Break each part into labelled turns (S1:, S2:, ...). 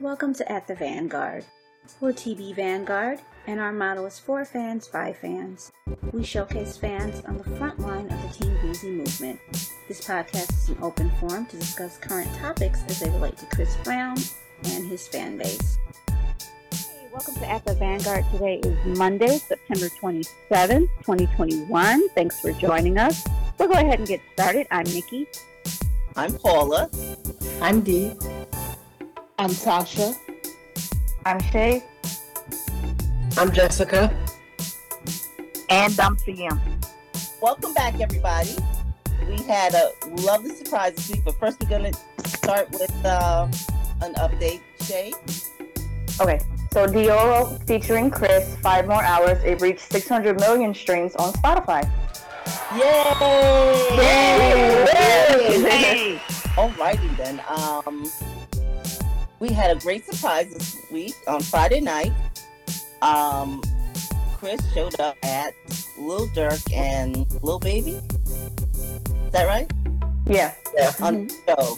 S1: Welcome to At the Vanguard. We're TB Vanguard, and our motto is for fans by fans. We showcase fans on the front line of the Team Breezy movement. This podcast is an open forum to discuss current topics as they relate to Chris Brown and his fan base. Hey, welcome to At the Vanguard. Today is Monday, September 27th, 2021. Thanks for joining us. We'll go ahead and get started. I'm Nikki.
S2: I'm Paula.
S3: I'm Dee.
S4: I'm Sasha.
S5: I'm Shay.
S6: I'm Jessica.
S7: And I'm CM.
S2: Welcome back, everybody. We had a lovely surprise this week, but first we're going to start with uh, an update. Shay?
S5: Okay, so Dioro featuring Chris, Five More Hours, it reached 600 million streams on Spotify.
S2: Yay!
S5: Yay!
S2: Yay! Alrighty then. Um, we had a great surprise this week on Friday night. Um, Chris showed up at Lil Durk and Lil Baby. Is that right?
S5: Yeah.
S2: Yeah. On the show,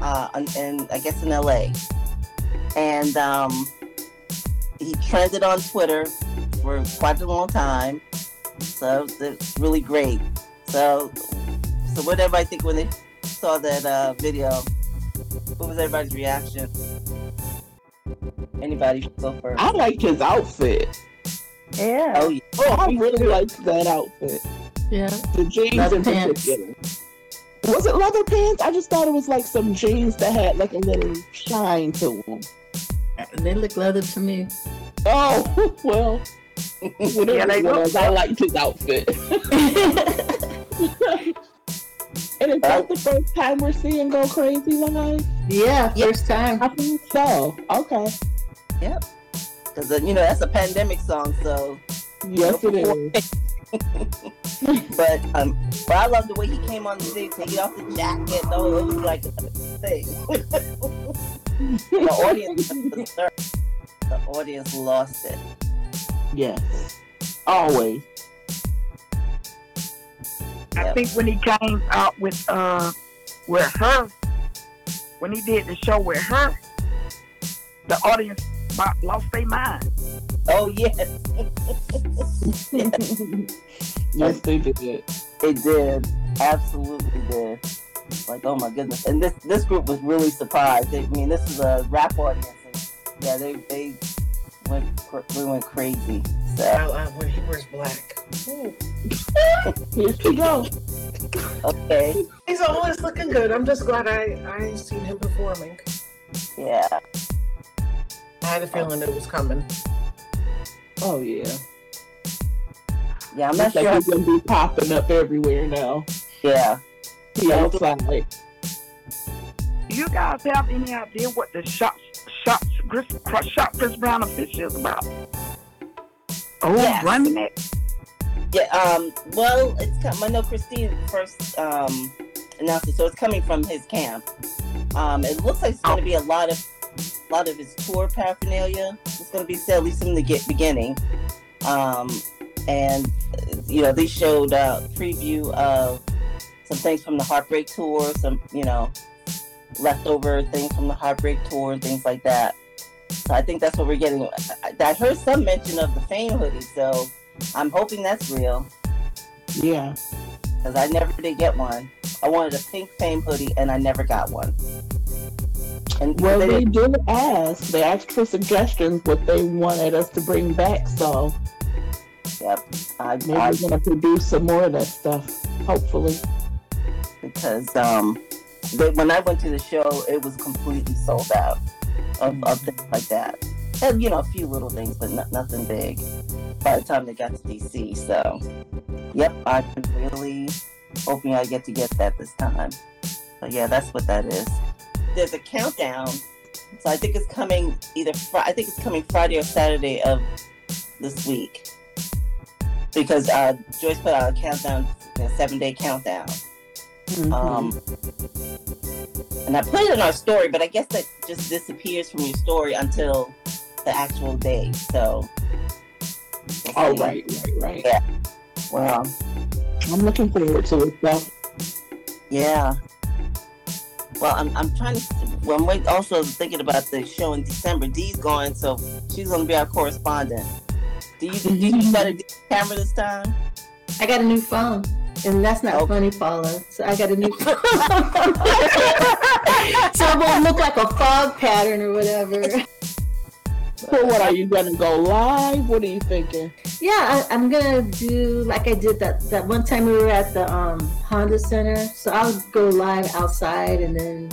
S2: uh, on- and I guess in LA, and um, he trended on Twitter for quite a long time. So that's really great. So, so what did everybody think when they saw that uh, video? What was everybody's reaction? Anybody go first?
S4: I liked his outfit.
S5: Yeah.
S2: Oh, yeah.
S4: Oh, I really liked that outfit.
S3: Yeah.
S4: The jeans
S3: Leather
S4: in
S3: pants.
S4: particular. Was it leather pants? I just thought it was like some jeans that had like a little shine to them.
S3: They look leather to me.
S4: Oh, well. Whatever
S7: Yeah, they
S4: it
S7: look-
S4: was, I liked his outfit. and is that the first time we're seeing Go Crazy live?
S3: yeah, first time.
S4: I think so. Okay.
S2: because uh, you know that's a pandemic song. So,
S4: Yes, it is.
S2: but um, but I love the way he came on the stage, taking off the jacket. Though it was like a thing. the audience, the audience lost it.
S4: Yes. Always.
S7: I
S2: Yep.
S7: think when he came out with uh with her, when he did the show with her, the audience bo- lost their mind.
S2: Oh yes,
S4: Yes, they did.
S2: it did. Absolutely did. Like oh my goodness, and this this group was really surprised. They, I mean, this is a rap audience. And, yeah, they they went cr- we went crazy. So
S6: I, I, uh, when he wears black.
S4: Here she goes.
S2: okay,
S6: He's always looking good. I'm just glad I, I ain't seen him performing.
S2: yeah.
S6: I had a feeling it was coming.
S4: Oh yeah.
S2: Yeah, I'm
S4: I'm not
S2: not
S4: like
S2: sure.
S4: he's gonna be popping up everywhere now.
S2: Yeah.
S4: He outside.
S7: Do you guys have any idea what the shot shot Chris Cr- shot Chris Brown official is about? Oh,
S2: Yes.
S7: running it.
S2: Yeah. Um. Well, it's com- I know Christine first um announced it, so it's coming from his camp. Um. It looks like it's going to be a lot of, lot of his tour paraphernalia. It's going to be said at least from the get beginning. Um. And uh, you know they showed a preview of some things from the Heartbreak Tour, some you know leftover things from the Heartbreak Tour and things like that. So I think that's what we're getting. I, I I heard some mention of the Fame hoodie, so. I'm hoping that's real
S4: Yeah.
S2: because I never did get one. I wanted a pink fame hoodie and I never got one. And
S4: Well,
S2: they
S4: they
S2: didn't-
S4: did ask. They asked for suggestions what they wanted us to bring back. So
S2: I,
S4: maybe
S2: I-
S4: we're gonna produce some more of that stuff. Hopefully.
S2: because um, they, when I went to the show, it was completely sold out of, of things like that. And you know, a few little things, but no, nothing big. By the time they got to DC, so yep, I'm really hoping I get to get that this time. But yeah, that's what that is. There's a countdown, so I think it's coming either. Fri- I think it's coming Friday or Saturday of this week because uh, Joyce put out a countdown, a seven day countdown.
S4: Mm-hmm.
S2: Um, and I put it in our story, but I guess that just disappears from your story until the actual day. So.
S4: All right, right, right.
S2: Wow.
S4: I'm looking forward to it. So
S2: Yeah. Well, I'm, I'm trying to. Well, I'm wait, also thinking about the show in December. Dee's going, so she's going to be our correspondent. Do you, do you got a camera this time?
S3: I got a new phone. And that's not
S2: Oh.
S3: funny, Paula. So I got a new phone. so it won't look like a fog pattern or whatever.
S4: So what are you gonna go live? What are you thinking?
S3: Yeah, I, I'm gonna do like I did that that one time we were at the um, Honda Center. So I'll go live outside, and then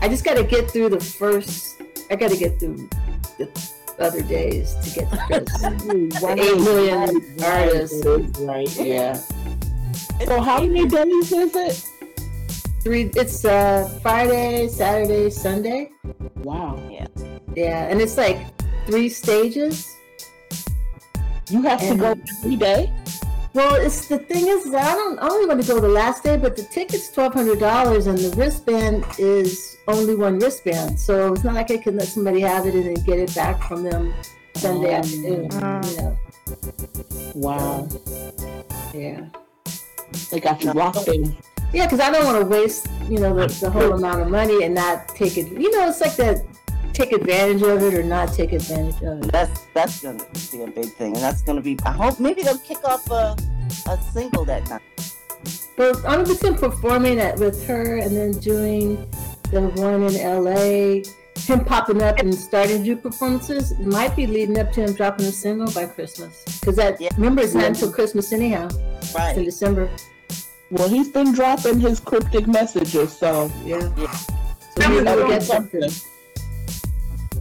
S3: I just gotta get through the first. I gotta get through the other days to get through this. Eight million artists.
S4: Right, yeah. So how many days is it?
S3: Three. It's uh, Friday, Saturday, Sunday.
S4: Wow.
S3: Yeah, and it's like three stages.
S4: You have to go every day?
S3: Well, it's the thing is, is I don't. I'm only going to go the last day, but the ticket's twelve hundred dollars, and the wristband is only one wristband, so it's not like I can let somebody have it and then get it back from them Sunday
S4: Mm.
S3: afternoon. You know,
S4: Wow.
S3: yeah,
S4: They got you locked in.
S3: yeah, because I don't want to waste, you know, the, the whole amount of money and not take it. You know, it's like that. Take advantage of it or not take advantage of it.
S2: That's that's gonna be a big thing, and that's gonna be. I hope maybe they'll kick off a, a single that night.
S3: But I'm just been performing at with her and then doing the one in LA. Him popping up and starting to do performances might be leading up to him dropping a single by Christmas. Because that
S2: Yeah.
S3: remember it's not until Christmas anyhow. It's in
S2: Right?
S3: December.
S4: Well, he's been dropping his cryptic messages, so
S3: Yeah.
S2: Yeah.
S3: So we
S7: Remember
S3: gotta
S7: doing
S3: get something.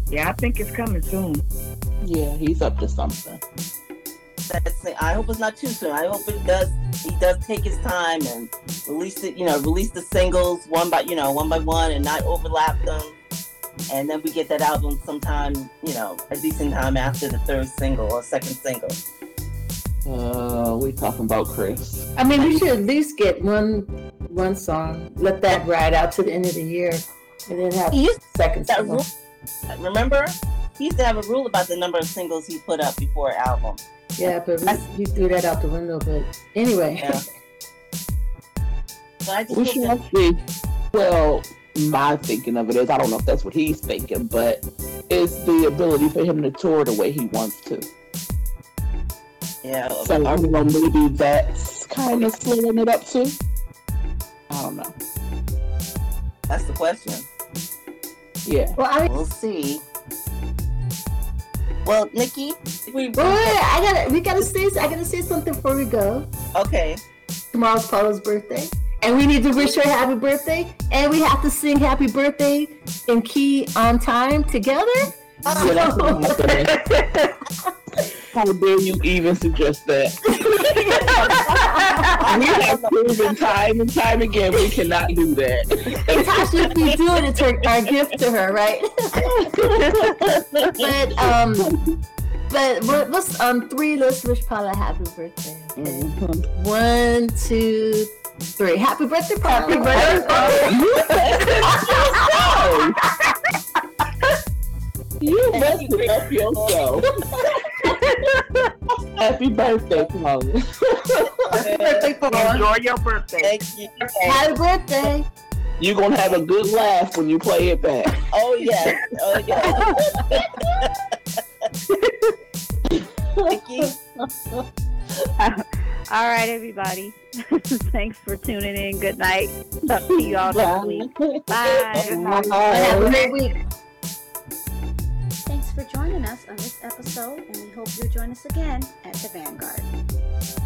S7: Yeah, I think it's coming soon.
S4: yeah, he's up to something.
S2: That's it. I hope it's not too soon. I hope it does. He does take his time and release it. You know, release the singles one by you know one by one, and not overlap them. And then we get that album sometime. You know, a decent time after the third single or second single.
S4: Uh, we talking about Chris.
S3: I mean we should at least get one one song. Let that ride out to the end of the year and then have
S2: He used
S3: second
S2: that
S3: single.
S2: to, remember, he used to have a rule about the number of singles he put up before an album.
S3: Yeah, but we- you threw that out the window, but anyway.
S2: Yeah. So I just
S4: We
S2: hope
S4: shall
S2: that-
S4: see. Well, my thinking of it is, I don't know if that's what he's thinking, but it's the ability for him to tour the way he wants to.
S2: yeah.
S4: So I don't know, maybe that's kind of slowing it up too. I don't know.
S2: That's the question.
S4: Yeah.
S3: Well I
S2: We'll see. Well, Nikki, we
S3: Wait, wait, wait, I gotta, we gotta say, I gotta say something before we go.
S2: okay.
S3: Tomorrow's Paula's birthday, and we need to wish her happy birthday, and we have to sing happy birthday in key on time together.
S4: Yeah, that's not happening. How dare you even suggest that? We have proven time and time again we cannot do that.
S3: And Tasha, if we do it, it's her, our gift to her, right? but um, but what, what's um three? Let's wish Paula happy birthday. okay? One, two, three. Happy birthday, Paula. Happy birthday.
S4: You messed it up yourself. Happy birthday, Paula.
S7: Enjoy your birthday.
S2: Thank you.
S3: Happy birthday.
S4: You're gonna have a good laugh when you play it back.
S2: Oh yes. Oh yes. Nikki,
S1: All right, everybody. Thanks for tuning in. Good night. Talk to you all next week. Bye.
S3: Have a great week.
S1: Thanks for joining us on this episode, and we hope you'll join us again at the Vanguard.